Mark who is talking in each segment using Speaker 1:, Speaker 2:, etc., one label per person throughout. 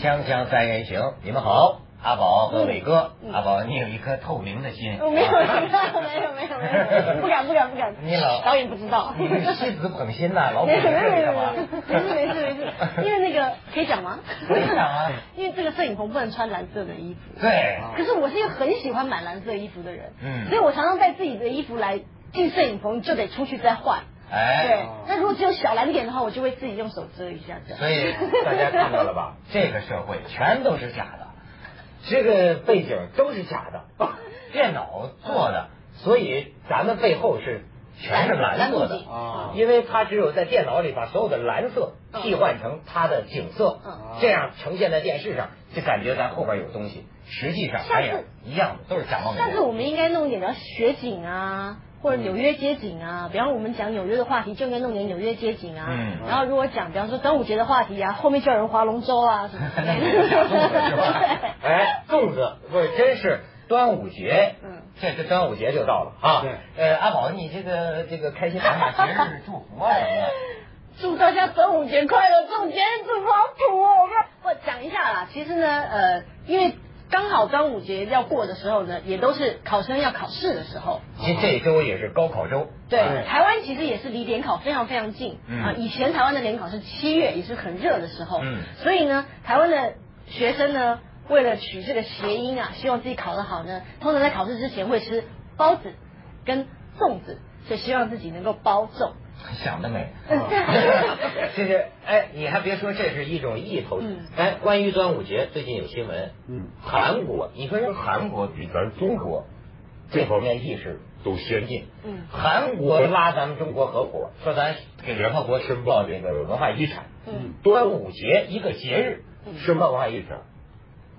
Speaker 1: 锵三人行，你们好，阿宝和伟哥。
Speaker 2: 嗯嗯哦
Speaker 1: 阿宝，你有一颗透明的心。
Speaker 2: 我没有，没有，没有，没有，没有，不敢，不敢，不敢。
Speaker 1: 你老
Speaker 2: 导演不知道。
Speaker 1: 你这戏子捧心呐，老捧
Speaker 2: 没
Speaker 1: 心
Speaker 2: 事没事没
Speaker 1: 干嘛？
Speaker 2: 事没事没事，因为那个可以讲吗？
Speaker 1: 可以讲啊。
Speaker 2: 因为这个摄影棚不能穿蓝色的衣服，
Speaker 1: 对，
Speaker 2: 可是我是一个很喜欢买蓝色衣服的人，
Speaker 1: 嗯
Speaker 2: 所以我常常带自己的衣服来进摄影棚，就得出去再换。对
Speaker 1: 哎，，
Speaker 2: 那如果只有小蓝点的话，我就会自己用手遮一下这样。
Speaker 1: 所以大家看到了吧？这个社会全都是假的，这个背景都是假的，电脑做的，所以咱们背后是全是蓝色
Speaker 2: 蓝色
Speaker 1: 的
Speaker 2: 系
Speaker 3: 啊
Speaker 1: 因为它只有在电脑里把所有的蓝色替换成它的景色
Speaker 2: 嗯，
Speaker 1: 这样呈现在电视上，就感觉咱后边有东西，实际上哎呀
Speaker 2: 下次
Speaker 1: 一样的，都是假冒
Speaker 2: 下
Speaker 1: 伪
Speaker 2: 次
Speaker 1: 劣。
Speaker 2: 我们应该弄一点比较雪景啊，或者纽约街景啊。比方我们讲纽约的话题，就应该弄点纽约街景啊。
Speaker 1: 嗯
Speaker 2: 然后如果讲，比方说端午节的话题啊，后面就有人划龙舟啊什么之类的。？
Speaker 1: 假粽 子是吧
Speaker 2: 对
Speaker 1: 哎，粽子不是，真是端午节，
Speaker 2: 嗯，
Speaker 1: 这这端午节就到了啊。
Speaker 3: 对，
Speaker 1: 呃，阿宝，你这个这个开心满满节日祝福啊什么的，
Speaker 2: 祝大家端午节快乐，中节日祝福好苦哦！我们我讲一下啦，其实呢，呃，因为刚好端午节要过的时候呢，也都是考生要考试的时候。
Speaker 1: 其实这周也是高考周，
Speaker 2: 对，
Speaker 1: 啊
Speaker 2: 台湾其实也是离联考非常非常近、
Speaker 1: 嗯
Speaker 2: 啊。以前台湾的联考是七月，也是很热的时候，
Speaker 1: 嗯
Speaker 2: 所以呢，台湾的学生呢，为了取这个谐音啊，希望自己考得好呢，通常在考试之前会吃包子跟粽子，所以希望自己能够包粽。
Speaker 1: 想得 美。
Speaker 2: 嗯
Speaker 1: 这是哎，你还别说，这是一种意头
Speaker 2: 嗯。
Speaker 1: 哎，关于端午节，最近有新闻，
Speaker 3: 嗯，
Speaker 1: 韩国，你说人韩国比咱中国这方面意识都先进，
Speaker 2: 嗯
Speaker 1: 韩国拉咱们中国合伙，说咱给联合国申报这个文化遗产，
Speaker 2: 嗯，
Speaker 1: 端午节一个节日
Speaker 2: 嗯
Speaker 1: 申报文化遗产，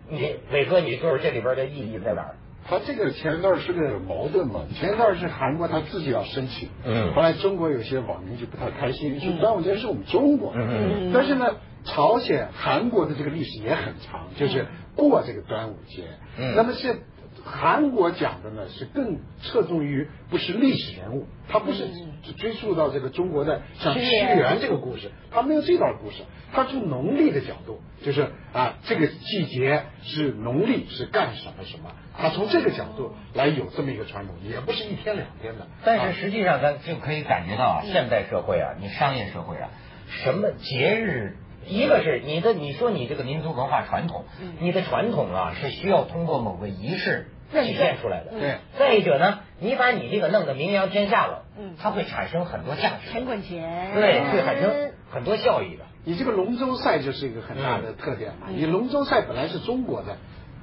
Speaker 1: 你伟哥，你说说这里边的意义在哪儿？
Speaker 3: 他这个前一段是个矛盾嘛，前一段是韩国他自己要申请，
Speaker 1: 嗯
Speaker 3: 后来中国有些网民就不太开心，说端午节是我们中国的，
Speaker 1: 嗯
Speaker 2: 嗯
Speaker 3: 但是呢，朝鲜、韩国的这个历史也很长，就是过这个端午节，
Speaker 1: 嗯
Speaker 3: 那么是。韩国讲的呢是更侧重于不是历史人物，他不是
Speaker 2: 嗯
Speaker 3: 只追溯到这个中国的像
Speaker 2: 屈
Speaker 3: 屈
Speaker 2: 原
Speaker 3: 原这个故事，他没有这段故事，他从农历的角度，就是啊，这个季节是农历是干什么什么，他从这个角度来有这么一个传统，也不是一天两天的。
Speaker 1: 但是实际上，咱就可以感觉到
Speaker 2: 嗯
Speaker 1: 啊，现代社会啊，你商业社会啊，什么节
Speaker 2: 嗯
Speaker 1: 日，一个是你的，你说你这个民族文化传统，
Speaker 2: 嗯
Speaker 1: 你的传统啊是需要通过某个仪式
Speaker 2: 认
Speaker 1: 体
Speaker 2: 证
Speaker 1: 现出来的。
Speaker 2: 嗯
Speaker 3: 对
Speaker 1: 再一者呢，你把你这个弄得名扬天下了，
Speaker 2: 嗯
Speaker 1: 它会产生很多价值
Speaker 2: 钱，滚钱，
Speaker 1: 对，会产生很多效益的。
Speaker 3: 你这个龙舟赛就是一个很大
Speaker 1: 嗯
Speaker 3: 的特点嘛。
Speaker 2: 嗯
Speaker 3: 你龙舟赛本来是中国的，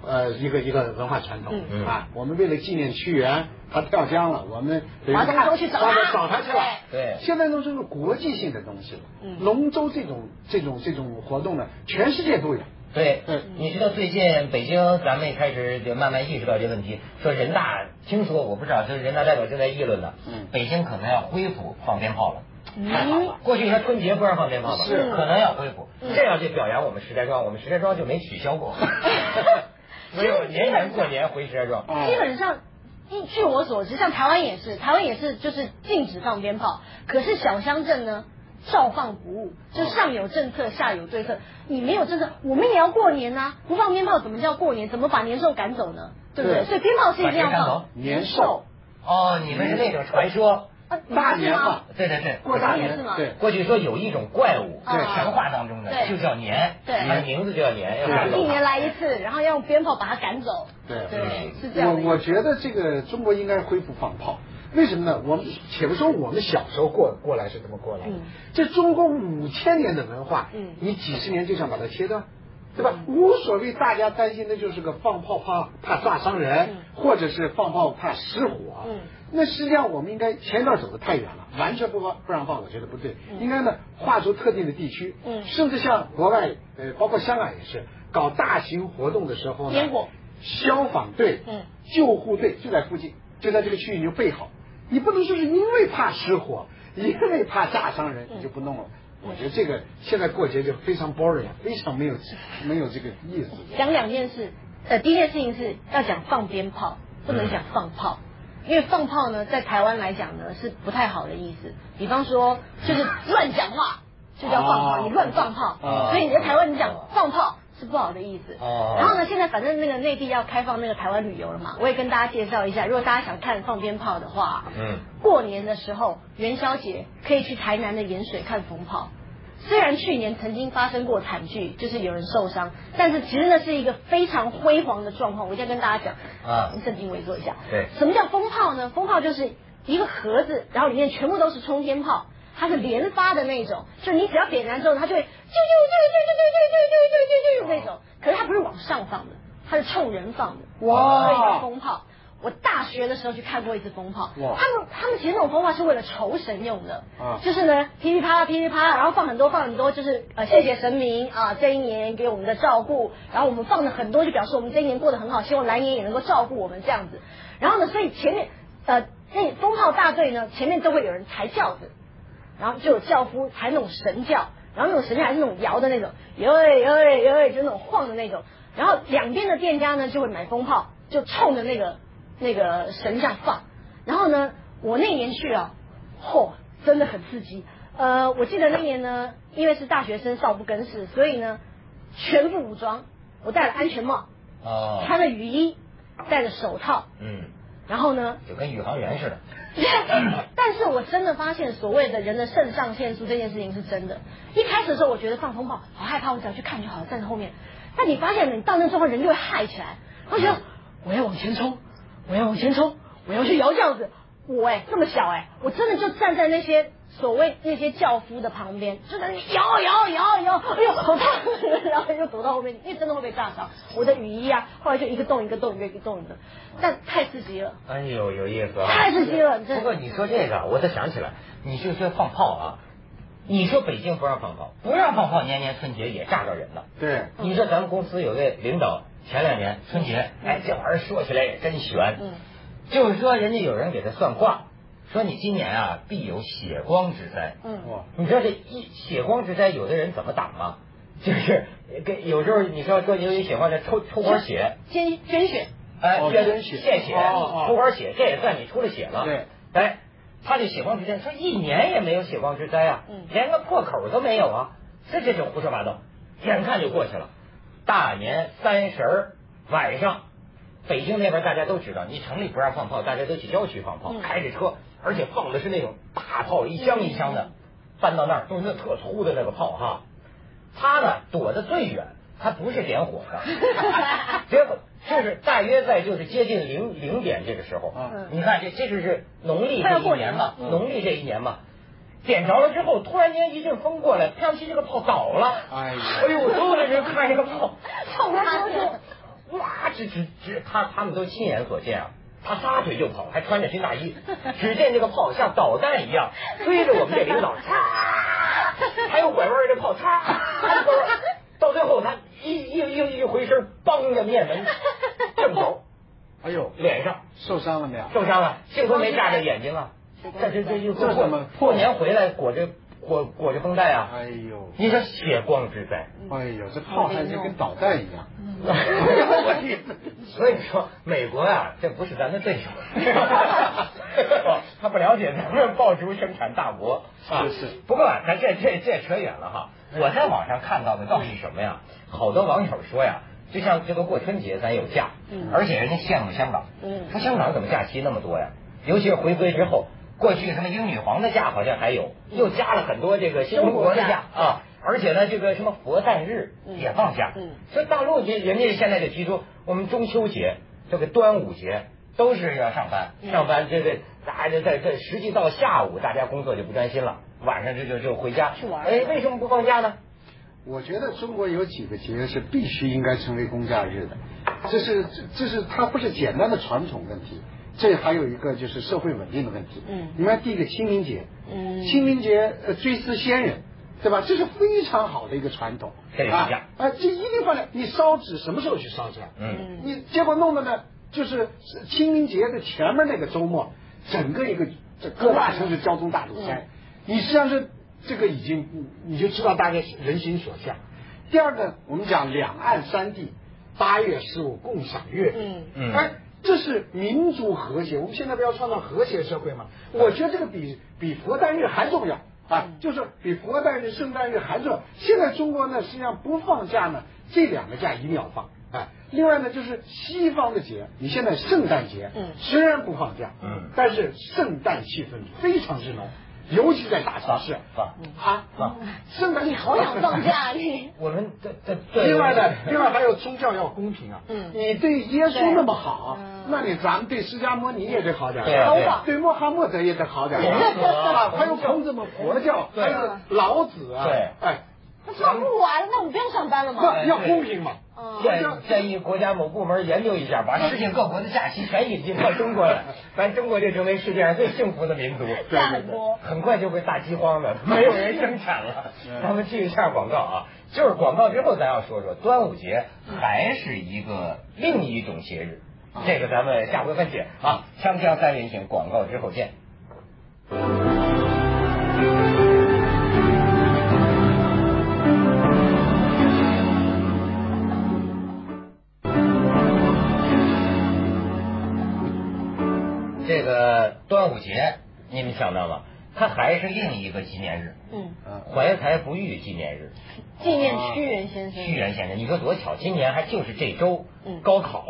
Speaker 3: 呃，一个一个文化传统、
Speaker 1: 嗯
Speaker 3: 啊。我们为了纪念屈原，他跳江了，我们
Speaker 2: 划龙舟去找他
Speaker 3: 他，找他去了。
Speaker 1: 对
Speaker 3: 现在龙舟是国际性的东西了。
Speaker 2: 嗯
Speaker 3: 龙舟这种这种这种活动呢，全世界都有。
Speaker 1: 对
Speaker 3: 嗯，
Speaker 1: 你知道最近北京咱们也开始就慢慢意识到这问题，说人大听说我不知道，就是人大代表正在议论呢，
Speaker 3: 嗯
Speaker 1: 北京可能要恢复放鞭炮了。太好
Speaker 2: 嗯
Speaker 1: 了， 过去你看春节不让放鞭炮吧？
Speaker 3: 是
Speaker 1: 可能要恢复。这样就表扬我们石家庄，我们石家庄就没取消 过，所以我年年过年回石家庄。
Speaker 3: 啊
Speaker 2: 基本上，一据我所知，像台湾也是，台湾也是就是禁止放鞭炮，可是小乡镇呢？照放不误，就是上有政策，下有对策。你没有政策，我们也要过年呐、不放鞭炮怎么叫过年？怎么把年兽赶走呢？对不对？
Speaker 3: 对
Speaker 2: 所以鞭炮是一定要
Speaker 1: 把谁赶走
Speaker 2: 放。
Speaker 3: 年兽
Speaker 1: 哦，你们是那种传说？
Speaker 2: 啊，
Speaker 3: 大
Speaker 2: 是
Speaker 3: 年
Speaker 2: 吗
Speaker 3: 嘛？，
Speaker 1: 对对对，
Speaker 3: 过
Speaker 2: 大
Speaker 3: 大
Speaker 2: 年
Speaker 3: 年
Speaker 2: 是吗
Speaker 3: 对。
Speaker 1: 过去说有一种怪物，
Speaker 2: 对
Speaker 1: 在神话当中的
Speaker 2: 对
Speaker 1: 就叫年，
Speaker 2: 对
Speaker 1: 它的名字就叫年，要赶走
Speaker 2: 一
Speaker 1: 它
Speaker 2: 年来一次，然后要用鞭炮把它赶走。
Speaker 3: 对
Speaker 2: 对，是这样
Speaker 3: 我
Speaker 2: 的。
Speaker 3: 我觉得这个中国应该恢复放炮，为什么呢？我们且不说我们小时候过过来是这么过来的，
Speaker 2: 嗯
Speaker 3: 这中国五千年的文化，
Speaker 2: 嗯
Speaker 3: 你几十年就想把它切断，对吧？无所谓，大家担心的就是个放炮怕怕炸伤人，
Speaker 2: 嗯
Speaker 3: 或者是放炮怕失火。
Speaker 2: 嗯
Speaker 3: 那实际上我们应该前一段走的太远了，完全不放不让放，我觉得不对。应该呢，划出特定的地区，
Speaker 2: 嗯
Speaker 3: 甚至像国外，呃，包括香港也是，搞大型活动的时候呢，
Speaker 2: 烟火
Speaker 3: 消防队、
Speaker 2: 嗯
Speaker 3: 救护队就在附近，就在这个区域你就备好。你不能说是因为怕失火，因为怕炸伤人，你就不弄了。我觉得这个现在过节就非常 boring，非啊常没有没有这个意思。
Speaker 2: 讲两件事，呃，第一件事情是要讲放鞭炮，不能讲放炮，因为放炮呢，在台湾来讲呢是不太好的意思。比方说，就是乱讲话就叫放炮，
Speaker 3: 哦
Speaker 2: 你乱放炮，
Speaker 3: 哦
Speaker 2: 所以你在台湾你讲放炮是不好的意思。
Speaker 1: 哦
Speaker 2: 然后呢，现在反正那个内地要开放那个台湾旅游了嘛，我也跟大家介绍一下，如果大家想看放鞭炮的话，
Speaker 1: 嗯，
Speaker 2: 过年的时候元宵节可以去台南的盐水看风炮。虽然去年曾经发生过惨剧，就是有人受伤，但是其实那是一个非常辉煌的状况。我一定要跟大家讲，
Speaker 1: 啊
Speaker 2: 你正襟危坐一下。
Speaker 1: 对
Speaker 2: 什么叫风炮呢？风炮就是一个盒子，然后里面全部都是冲天炮，它是连发的那种，就你只要点燃之后，它就会啾啾啾啾啾啾啾啾啾啾啾那种。可是它不是往上放的，它是冲人放的。
Speaker 3: 哇
Speaker 2: 所以叫风炮。我大学的时候去看过一次风炮，他
Speaker 3: 哇
Speaker 2: 们他们其实那种风炮是为了酬神用的，
Speaker 3: 啊
Speaker 2: 就是呢噼里啪啦噼里啪啦，然后放很多放很多，就是呃谢谢神明啊、这一年给我们的照顾，然后我们放了很多就表示我们这一年过得很好，希望来年也能够照顾我们这样子。然后呢，所以前面呃那风炮大队呢前面都会有人抬轿子，然后就有轿夫抬那种神轿，然后那种神轿还是那种摇的那种，哟哎哟哎哟哎，就那种晃的那种。然后两边的店家呢就会买风炮，就冲着那个那个神像放。然后呢，我那年去啊，嚯、真的很刺激。呃，我记得那年呢，因为是大学生少不更事，所以呢全副武装，我戴了安全帽，
Speaker 1: 哦，
Speaker 2: 穿了雨衣，戴了手套，
Speaker 1: 嗯，
Speaker 2: 然后呢
Speaker 1: 就跟宇航员似的。
Speaker 2: 但是我真的发现，所谓的人的肾上腺素这件事情是真的。一开始的时候，我觉得放风炮好害怕，我只要去看就好了，站在后面。但你发现，你到那之后，人就会嗨起来，会觉得我要往前冲，我要往前冲，我要去摇轿子。我哎、这么小哎、我真的就站在那些所谓那些轿夫的旁边，就在那里摇摇摇摇，哎呦好烫，然后就躲到后面，因为真的会被炸伤。我的雨衣啊，后来就一个洞一个洞一个一个洞的，但太刺激了。
Speaker 1: 哎呦，有意思啊！
Speaker 2: 太刺激了真的
Speaker 1: 不过你说这个，我才想起来，你就说放炮啊，你说北京不让放炮，不让放炮，年年春节也炸着人了。
Speaker 3: 对，
Speaker 2: 嗯
Speaker 1: 你说咱们公司有位领导，前两年春节，哎，这玩意儿说起来也真悬。
Speaker 2: 嗯，
Speaker 1: 就是说人家有人给他算卦，说你今年啊必有血光之灾。
Speaker 2: 嗯。
Speaker 3: 哇，
Speaker 1: 你知道这一血光之灾，有的人怎么挡吗？就是跟有时候你说说由于血光之灾抽抽管血，
Speaker 2: 捐捐血，
Speaker 1: 哎，
Speaker 3: 哦
Speaker 1: 捐
Speaker 3: 捐血
Speaker 1: 献血，
Speaker 3: 哦哦
Speaker 1: 出管血，这也算你出了血了。
Speaker 3: 对，
Speaker 1: 哎，他这血光之灾，说一年也没有血光之灾啊，
Speaker 2: 嗯
Speaker 1: 连个破口都没有啊，这这就胡说八道，眼看就过去了。大年三十儿晚上，北京那边大家都知道，你城里不让放炮，大家都去郊区放炮，
Speaker 2: 嗯
Speaker 1: 开着车，而且放的是那种大炮，一箱一箱
Speaker 2: 嗯
Speaker 1: 的，搬到那儿都是那特粗的那个炮哈。他呢躲得最远，他不是点火的， 结果就是大约在就是接近零零点这个时候，
Speaker 3: 嗯
Speaker 1: 你看这这就是农历
Speaker 2: 快
Speaker 1: 这
Speaker 2: 要
Speaker 1: 一
Speaker 2: 过
Speaker 1: 年
Speaker 2: 年
Speaker 1: 嘛
Speaker 2: 了，
Speaker 3: 嗯
Speaker 1: 农历这一年嘛，点着了之后，突然间一阵风过来，飘起这个炮倒了，
Speaker 3: 哎呀
Speaker 1: 哎呦，所有的人看这个炮，
Speaker 2: 冲他
Speaker 1: 哇，这这这，他他们都亲眼所见啊。他撒腿就跑，还穿着军大衣。只见这个炮像导弹一样追着我们这领导，嚓！还有拐弯儿这炮，嚓！还有拐弯儿到最后他一一一一回身，梆的面门正头
Speaker 3: 哎呦，
Speaker 1: 脸上
Speaker 3: 受伤了没啊有？
Speaker 1: 受伤了，幸亏没炸着眼睛啊。这这这就
Speaker 3: 这怎么
Speaker 1: 过年回来裹着裹裹着绷带啊？
Speaker 3: 哎呦，
Speaker 1: 你说血光之灾。
Speaker 3: 哎呦，这炮还是跟导弹一样。
Speaker 1: 嗯
Speaker 3: 嗯
Speaker 1: 所以说，美国啊，这不是咱的对手，他不了解咱们爆竹生产大国啊。
Speaker 3: 是是
Speaker 1: 不过啊咱这这这扯远了哈。我在网上看到的倒是什么呀？好多网友说呀，就像这个过春节咱有假，
Speaker 2: 嗯
Speaker 1: 而且人家羡慕香港，
Speaker 2: 嗯
Speaker 1: 说香港怎么假期那么多呀？尤其是回归之后，过去什么英女皇的假好像还有，又加了很多这个新中国的假
Speaker 2: 中
Speaker 1: 啊，而且呢，这个什么佛诞日
Speaker 2: 嗯
Speaker 1: 也放假，
Speaker 2: 嗯
Speaker 1: 所以大陆这人家现在就提出，我们中秋节、这个端午节都是要上班，
Speaker 2: 嗯
Speaker 1: 上班这个大家在这实际到下午，大家工作就不专心了，晚上这就就回家
Speaker 2: 去玩
Speaker 1: 哎，为什么不放假呢？
Speaker 3: 我觉得中国有几个节是必须应该成为公假日的，这是这这是它不是简单的传统问题，这还有一个就是社会稳定的问题。
Speaker 2: 嗯
Speaker 3: 你看第一个清明节，
Speaker 2: 嗯
Speaker 3: 清明节呃追思先人，对吧？这是非常好的一个传统。
Speaker 1: 这也是
Speaker 3: 啊
Speaker 1: 假
Speaker 3: 啊，这一定放在你烧纸什么时候去烧纸啊？
Speaker 1: 嗯
Speaker 3: 你结果弄的呢，就是清明节的前面那个周末，整个一个这各大城市交通大堵塞，你实际上是这个已经你就知道大家人心所向。第二个，我们讲两岸三地八月十五共赏月，
Speaker 2: 嗯
Speaker 1: 嗯
Speaker 3: 哎，这是民
Speaker 2: 嗯
Speaker 3: 族和谐，我们现在不要创造和谐社会吗？我觉得这个比比佛诞日还重要。啊，就是比佛诞日、圣诞日还重要。现在中国呢，实际上不放假呢，这两个假一定要放。哎，另外呢，就是西方的节，你现在圣诞节，
Speaker 2: 嗯
Speaker 3: 虽然不放假，
Speaker 1: 嗯
Speaker 3: 但是圣诞气氛非常之浓，尤其在大城市
Speaker 1: 放
Speaker 3: 啊
Speaker 1: 放，
Speaker 3: 圣诞
Speaker 2: 嗯你好想放假啊你。
Speaker 1: 我们这这这
Speaker 3: 另外呢，另外还有宗教要公平啊。
Speaker 2: 嗯
Speaker 3: 你对耶稣那么好
Speaker 2: 对嗯，
Speaker 3: 那你咱们对释迦摩尼也得好点儿，
Speaker 1: 对啊
Speaker 2: 都放
Speaker 3: 对穆罕默德也得好点儿
Speaker 1: 孔子啊
Speaker 3: 啊，还有孔子们佛教，
Speaker 1: 对
Speaker 3: 还有老子啊，
Speaker 1: 对
Speaker 3: 哎，
Speaker 2: 那放不完，那我们不用上班了 吗？
Speaker 3: 那要公平嘛。
Speaker 2: 嗯
Speaker 3: 佛教
Speaker 1: 建建议国家某部门研究一下，把世界各国的假期全引进到中国 来，咱中国就成为世界上最幸福的民族。
Speaker 2: 对假很多
Speaker 1: 很快就会大饥荒 的，没有人生产了。咱们去一下广告啊，就是广告之后咱要说说端午节还是一个另一种节日，这个咱们下回分解啊。锵锵三人行，广告之后见。这个端午节，你们想到吗？它还是另一个纪念日，
Speaker 2: 嗯，
Speaker 1: 怀才不遇纪念日。
Speaker 2: 纪念屈原先
Speaker 1: 啊屈
Speaker 2: 生。
Speaker 1: 原先生，你说多巧，今年还就是这周，
Speaker 2: 嗯
Speaker 1: 高考，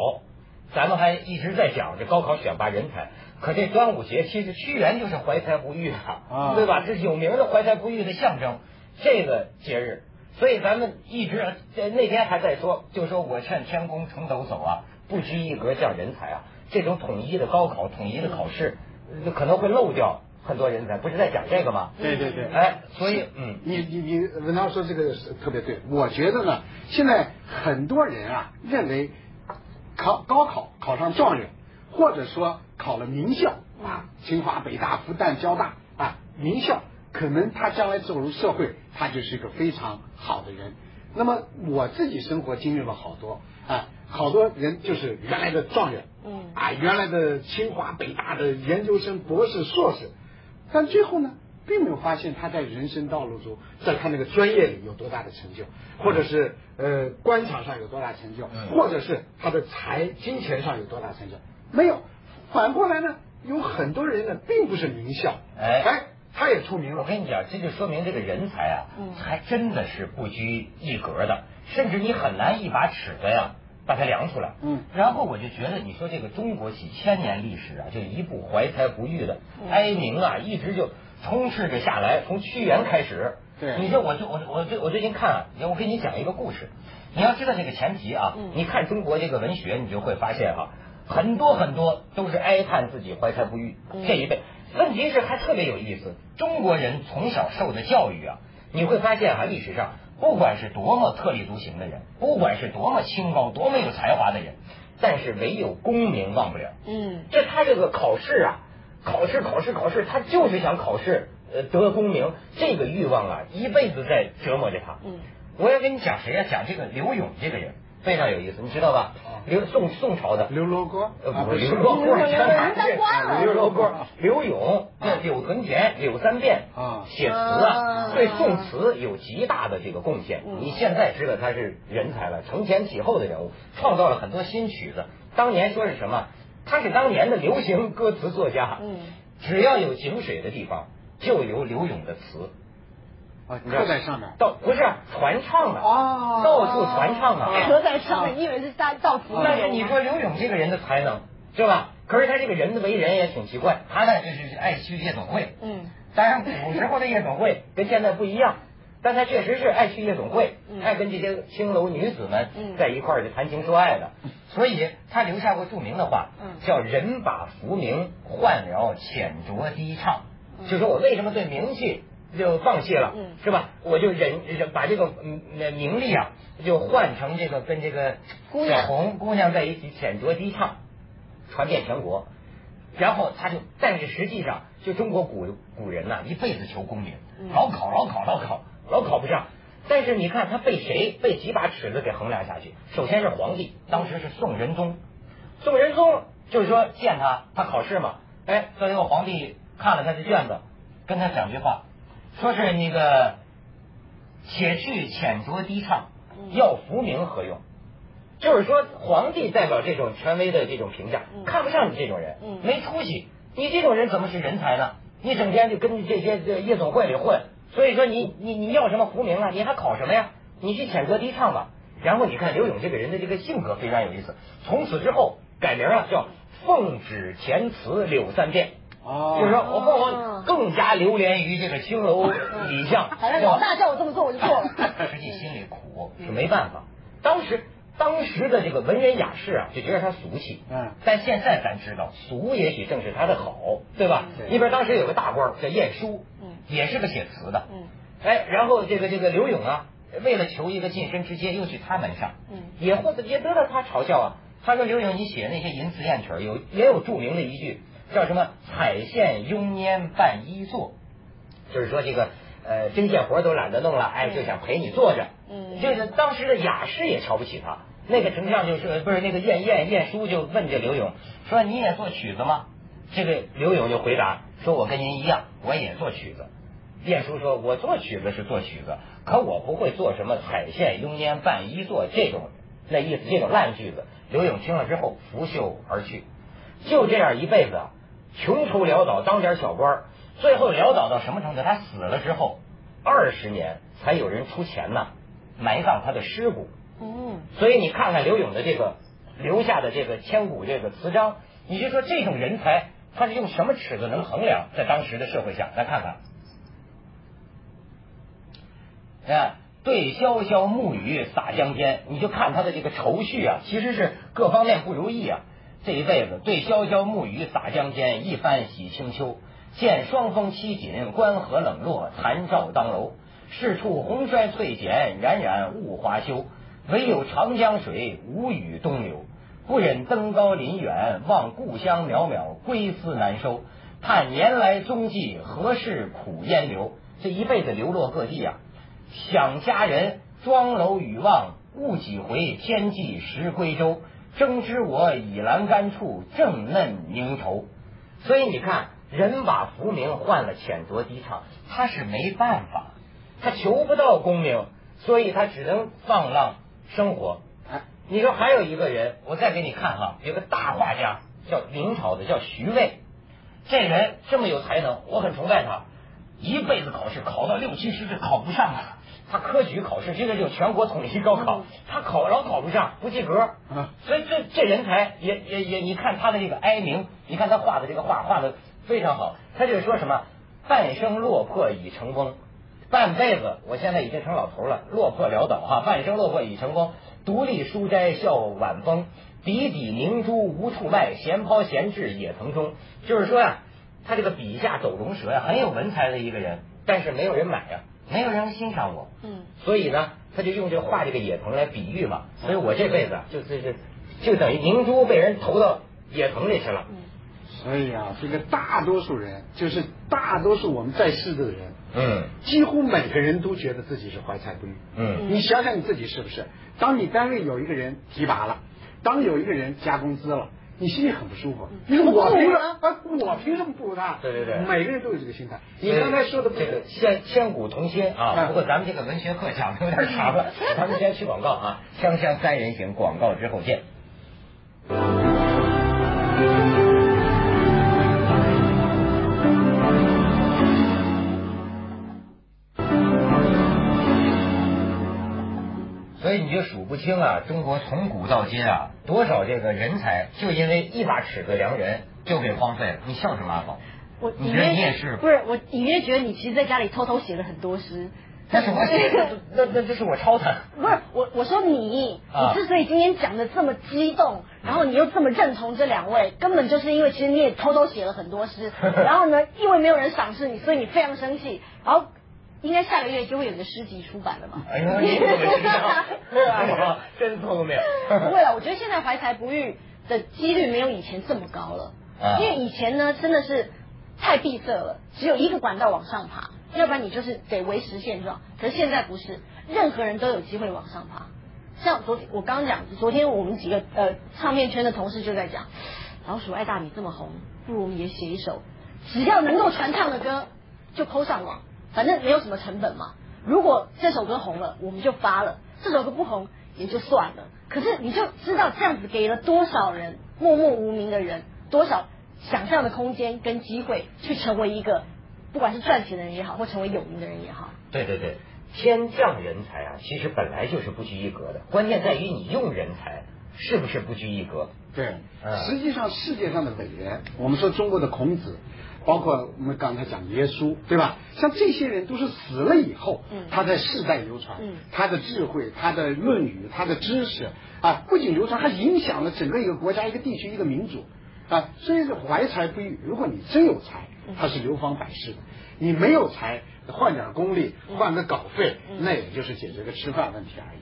Speaker 1: 咱们还一直在讲这高考选拔人才，可这端午节其实屈原就是怀才不遇啊，
Speaker 3: 啊
Speaker 1: 对吧？这是有名的怀才不遇的象征，这个节日，所以咱们一直呃那天还在说，就说我劝天公重斗走啊，不拘一格降人才啊，这种统一的高考、统一的考试，呃可能会漏掉很多人才，不是在讲这个吗？
Speaker 3: 对对对
Speaker 1: 哎，所以嗯，
Speaker 3: 你你你，文涛说这个是特别对，我觉得呢，现在很多人啊认为考高考考上状元，或者说考了名校啊，清华、北大、复旦、交大啊，名校，可能他将来走入社会，他就是一个非常好的人。那么我自己生活经历了好多啊，好多人就是原来的状元，
Speaker 2: 嗯
Speaker 3: 啊，原来的清华、北大的研究生、博士、硕士，但最后呢，并没有发现他在人生道路中，在他那个专业里有多大的成就，或者是呃官场上有多大成就，
Speaker 1: 嗯
Speaker 3: 或者是他的财金钱上有多大成就，没有。反过来呢，有很多人呢，并不是名校，
Speaker 1: 哎
Speaker 3: 他也出名
Speaker 1: 我
Speaker 3: 了。
Speaker 1: 跟你讲，这就说明这个人才啊，
Speaker 2: 嗯
Speaker 1: 还真的是不拘一格的，甚至你很难一把尺子呀把它量出来。
Speaker 3: 嗯，
Speaker 1: 然后我就觉得，你说这个中国几千年历史啊，这一部怀才不遇的
Speaker 2: 嗯
Speaker 1: 哀鸣啊，一直就充斥着下来，从屈原开始。
Speaker 3: 对
Speaker 1: 你说我就我我最我最近看、啊，我给你讲一个故事，你要知道这个前提啊，
Speaker 2: 嗯
Speaker 1: 你看中国这个文学，你就会发现啊，很多很多都是哀叹自己怀才不遇、
Speaker 2: 嗯
Speaker 1: 这一辈。问题是还特别有意思，中国人从小受的教育啊，你会发现啊，历史上不管是多么特立独行的人，不管是多么清高、多么有才华的人，但是唯有功名忘不了。
Speaker 2: 嗯
Speaker 1: 这他这个考试啊，考试考试考试，他就是想考试，呃，得功名，这个欲望啊，一辈子在折磨着他。
Speaker 2: 嗯，
Speaker 1: 我要跟你讲谁呀、讲这个刘勇这个人非常有意思，你知道吧？刘宋宋朝的。
Speaker 3: 刘罗锅
Speaker 1: 呃，
Speaker 3: 啊
Speaker 1: 不
Speaker 3: 不
Speaker 1: 是
Speaker 3: 是
Speaker 1: 刘罗 锅，
Speaker 2: 刘罗锅
Speaker 1: 刘罗锅，刘勇，那柳屯田、柳三变
Speaker 3: 啊
Speaker 1: 写词
Speaker 2: 啊
Speaker 1: 啊，对宋词有极大的这个贡献
Speaker 2: 嗯。
Speaker 1: 你现在知道他是人才了，承前启后的人物，创造了很多新曲子。当年说是什么？他是当年的流行歌词作家。
Speaker 2: 嗯，
Speaker 1: 只要有井水的地方，就有刘勇的词。
Speaker 3: 啊，刻在上面。
Speaker 1: 到不是传唱的
Speaker 3: 哦
Speaker 1: 到处传唱啊。
Speaker 2: 刻在上面，你以为是大造福吗？
Speaker 1: 但是你说刘勇这个人的才能是吧？可是他这个人的为人也挺奇怪，他呢就是爱去夜总会。
Speaker 2: 嗯
Speaker 1: 当然古时候的夜总会跟现在不一样，但他确实是爱去夜总会
Speaker 2: 嗯，
Speaker 1: 爱跟这些青楼女子们
Speaker 2: 嗯
Speaker 1: 在一块儿去谈情说爱的，所以他留下过著名的话
Speaker 2: 嗯，
Speaker 1: 叫“人把浮名换了浅酌低唱”，就说我为什么对名气。就放弃了
Speaker 2: 嗯，
Speaker 1: 是吧？我就忍忍把这个嗯那名利啊，就换成这个跟这个
Speaker 2: 姑
Speaker 1: 小
Speaker 2: 娘
Speaker 1: 红姑娘在一起浅酌低唱，传遍全国。然后他就，但是实际上，就中国古古人呐、一辈子求功名
Speaker 2: 嗯，
Speaker 1: 老考老考老考老考不上。但是你看他被谁被几把尺子给衡量下去？首先是皇帝，当时是宋仁宗，宋仁宗就是说见他，他考试嘛，哎，最后皇帝看了他的卷子，跟他讲句话，说是那个且去浅酌低唱，
Speaker 2: 嗯
Speaker 1: 要浮名何用？就是说，皇帝代表这种权威的这种评价，
Speaker 2: 嗯
Speaker 1: 看不上你这种人，
Speaker 2: 嗯
Speaker 1: 没出息，你这种人怎么是人才呢？你整天就跟这些这夜总会里混，所以说你你你要什么胡名啊？你还考什么呀？你去选择低唱吧。然后你看刘勇这个人的这个性格非常有意思，从此之后改名啊叫奉旨填词柳三变。
Speaker 3: 哦
Speaker 1: 就是说我凤凰更加流连于这个青楼
Speaker 2: 嗯
Speaker 1: 底下，
Speaker 2: 好像老大叫我这么做，我就做了。
Speaker 1: 实际心里苦是没办法。当时当时的这个文人雅士啊，就觉得他俗气。
Speaker 3: 嗯
Speaker 1: 但现在咱知道，俗也许正是他的好，对吧？
Speaker 3: 对
Speaker 1: 你比如当时有个大官儿叫晏殊，
Speaker 2: 嗯
Speaker 1: 也是个写词的。
Speaker 2: 嗯
Speaker 1: 哎，然后这个这个刘永啊，为了求一个晋升之阶，又去他门上，
Speaker 2: 嗯
Speaker 1: 也获得也得到他嘲笑啊。他说刘永，你写那些淫词艳曲儿，有也有著名的一句叫什么“彩线慵拈伴衣坐”，就是说这个呃针线活儿都懒得弄了，哎，就想陪你坐着。
Speaker 2: 嗯
Speaker 1: 这个当时的雅士也瞧不起他。那个丞相就是不是那个晏晏晏殊就问这刘永说你也做曲子吗？这个刘永就回答说我跟您一样，我也做曲子。晏殊说：“我做曲子是做曲子，可我不会做什么彩线慵拈伴衣坐这种那意思这种烂句子。”刘永听了之后拂袖而去。就这样一辈子啊，穷途潦倒，当点小官儿，最后潦倒到什么程度？他死了之后，二十年才有人出钱呐、埋葬他的尸骨。
Speaker 2: 嗯，
Speaker 1: 所以你看看刘勇的这个留下的这个千古这个词章，你就说这种人才，他是用什么尺子能衡量？在当时的社会下，来看看。啊，对潇潇暮雨洒江天，你就看他的这个愁绪啊，其实是各方面不如意啊。这一辈子对潇潇暮雨洒江天，一番喜清秋。见霜风凄紧，关河冷落，残照当楼。是处红衰翠减，冉冉物华休。唯有长江水，无语东流。不忍登高临远，望故乡渺渺，归思难收。叹年来踪迹，何事苦烟流？这一辈子流落各地啊，想家人，庄楼与望，误几回，天际时归舟。争知我以栏杆处，正嫩凝愁。所以你看，人把浮名换了浅酌低唱，他是没办法，他求不到功名，所以他只能放浪生活。
Speaker 3: 哎，
Speaker 1: 你说还有一个人，我再给你看哈，有个大画家叫明朝的，叫徐渭。这人这么有才能，我很崇拜他。一辈子考试考到六七十是考不上的，他科举考试这个就是全国统一高考，他考老考不上，不及格。
Speaker 3: 啊
Speaker 1: 所以这这人才也也也，你看他的这个哀鸣，你看他画的这个画画的非常好。他就是说什么半生落魄已成翁，半辈子我现在已经成老头了，落魄潦倒哈，半生落魄已成翁，独立书斋笑晚风，笔底凝珠无处卖，闲抛闲掷野藤中。就是说呀、他这个笔下走龙蛇呀、很有文采的一个人，但是没有人买呀、没有人欣赏我。
Speaker 2: 嗯，
Speaker 1: 所以呢，他就用这画这个野藤来比喻嘛。所以我这辈子啊就就是就等于明珠被人投到野藤里去了。
Speaker 2: 嗯
Speaker 3: 所以啊，这个大多数人，就是大多数我们在世的人，
Speaker 1: 嗯
Speaker 3: 几乎每个人都觉得自己是怀才不遇。
Speaker 1: 嗯
Speaker 3: 你想想你自己是不是？当你单位有一个人提拔了，当有一个人加工资了，你心里嗯很不舒服。你说我凭什么？啊我凭什么不如他？
Speaker 1: 对对对
Speaker 3: 每个人都有这个心态。你刚才说的不
Speaker 1: 哎这个
Speaker 3: 对。
Speaker 1: 千千古同心啊，
Speaker 3: 嗯
Speaker 1: 不过咱们这个文学课 讲的有点长了，咱们先去广告啊，锵锵三人行广告之后见。所以你就数不清啊，中国从古到今啊，多少这个人才就因为一把尺子量人就给荒废了。你笑什么啊，宝？
Speaker 2: 我
Speaker 1: 你
Speaker 2: 隐
Speaker 1: 觉得
Speaker 2: 约
Speaker 1: 你也是？
Speaker 2: 不是我隐约觉得你其实在家里偷偷写了很多诗，
Speaker 1: 那 是我写的，那那这是我抄他。
Speaker 2: 不是我，我说你，
Speaker 1: 啊
Speaker 2: 你之所以今天讲的这么激动，然后你又这么认同这两位，根本就是因为其实你也偷偷写了很多 诗，然后呢，因为没有人赏识你，所以你非常生气，然后应该下个月就会有你的诗集出版了吧？
Speaker 1: 哎呦，你怎么知 道？啊，真聪明。
Speaker 2: 不会了，啊我觉得现在怀才不遇的几率没有以前这么高了，
Speaker 1: 啊
Speaker 2: 因为以前呢真的是太闭塞了，只有一个管道往上爬，要不然你就是得维持现状。可是现在不是，任何人都有机会往上爬。像昨天我刚讲，昨天我们几个呃唱片圈的同事就在讲，老鼠爱大米这么红，不如我们也写一首只要能够传唱的歌就抛上网，反正没有什么成本嘛。如果这首歌红了，我们就发了；这首歌不红也就算了。可是你就知道这样子给了多少人默默无名的人多少想象的空间跟机会，去成为一个不管是赚钱的人也好，或成为有名的人也好，
Speaker 1: 对对对，天降人才啊，其实本来就是不拘一格的，关键在于你用人才是不是不拘一格。
Speaker 3: 对
Speaker 1: 嗯，
Speaker 3: 实际上世界上的伟人，我们说中国的孔子，包括我们刚才讲耶稣，对吧？像这些人都是死了以后
Speaker 2: 嗯，
Speaker 3: 他在世代流传
Speaker 2: 嗯，
Speaker 3: 他的智慧、他的《论语》、他的知识啊，不仅流传，还影响了整个一个国家、一个地区、一个民族啊。所以是怀才不遇。如果你真有才，
Speaker 2: 嗯
Speaker 3: 他是流芳百世的；你没有才，换点功力，
Speaker 2: 嗯
Speaker 3: 换个稿费，那也就是解决个吃饭问题而已。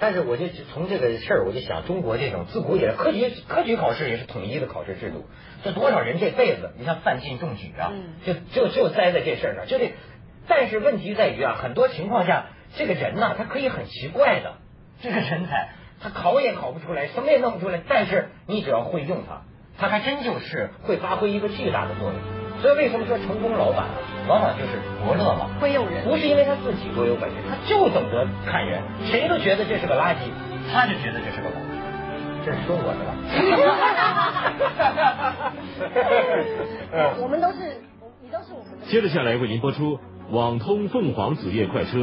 Speaker 1: 但是我就从这个事儿，我就想，中国这种自古以来科举科举考试也是统一的考试制度，这多少人这辈子，你像范进中举啊
Speaker 2: 嗯，
Speaker 1: 就就就栽在这事儿上，就这。但是问题在于啊，很多情况下，这个人呐、他可以很奇怪的，这个人才他考也考不出来，什么也弄不出来，但是你只要会用他，他还真就是会发挥一个巨大的作用。所以为什么说成功老板啊往往就是伯乐嘛？
Speaker 2: 会用人。
Speaker 1: 不是因为他自己多有本事，他就懂得看人，谁都觉得这是个垃圾，他就觉得这是个好人。这是说我的吧？
Speaker 2: 我们都是，你都是我们的。
Speaker 4: 接着下来为您播出《网通凤凰子夜快车》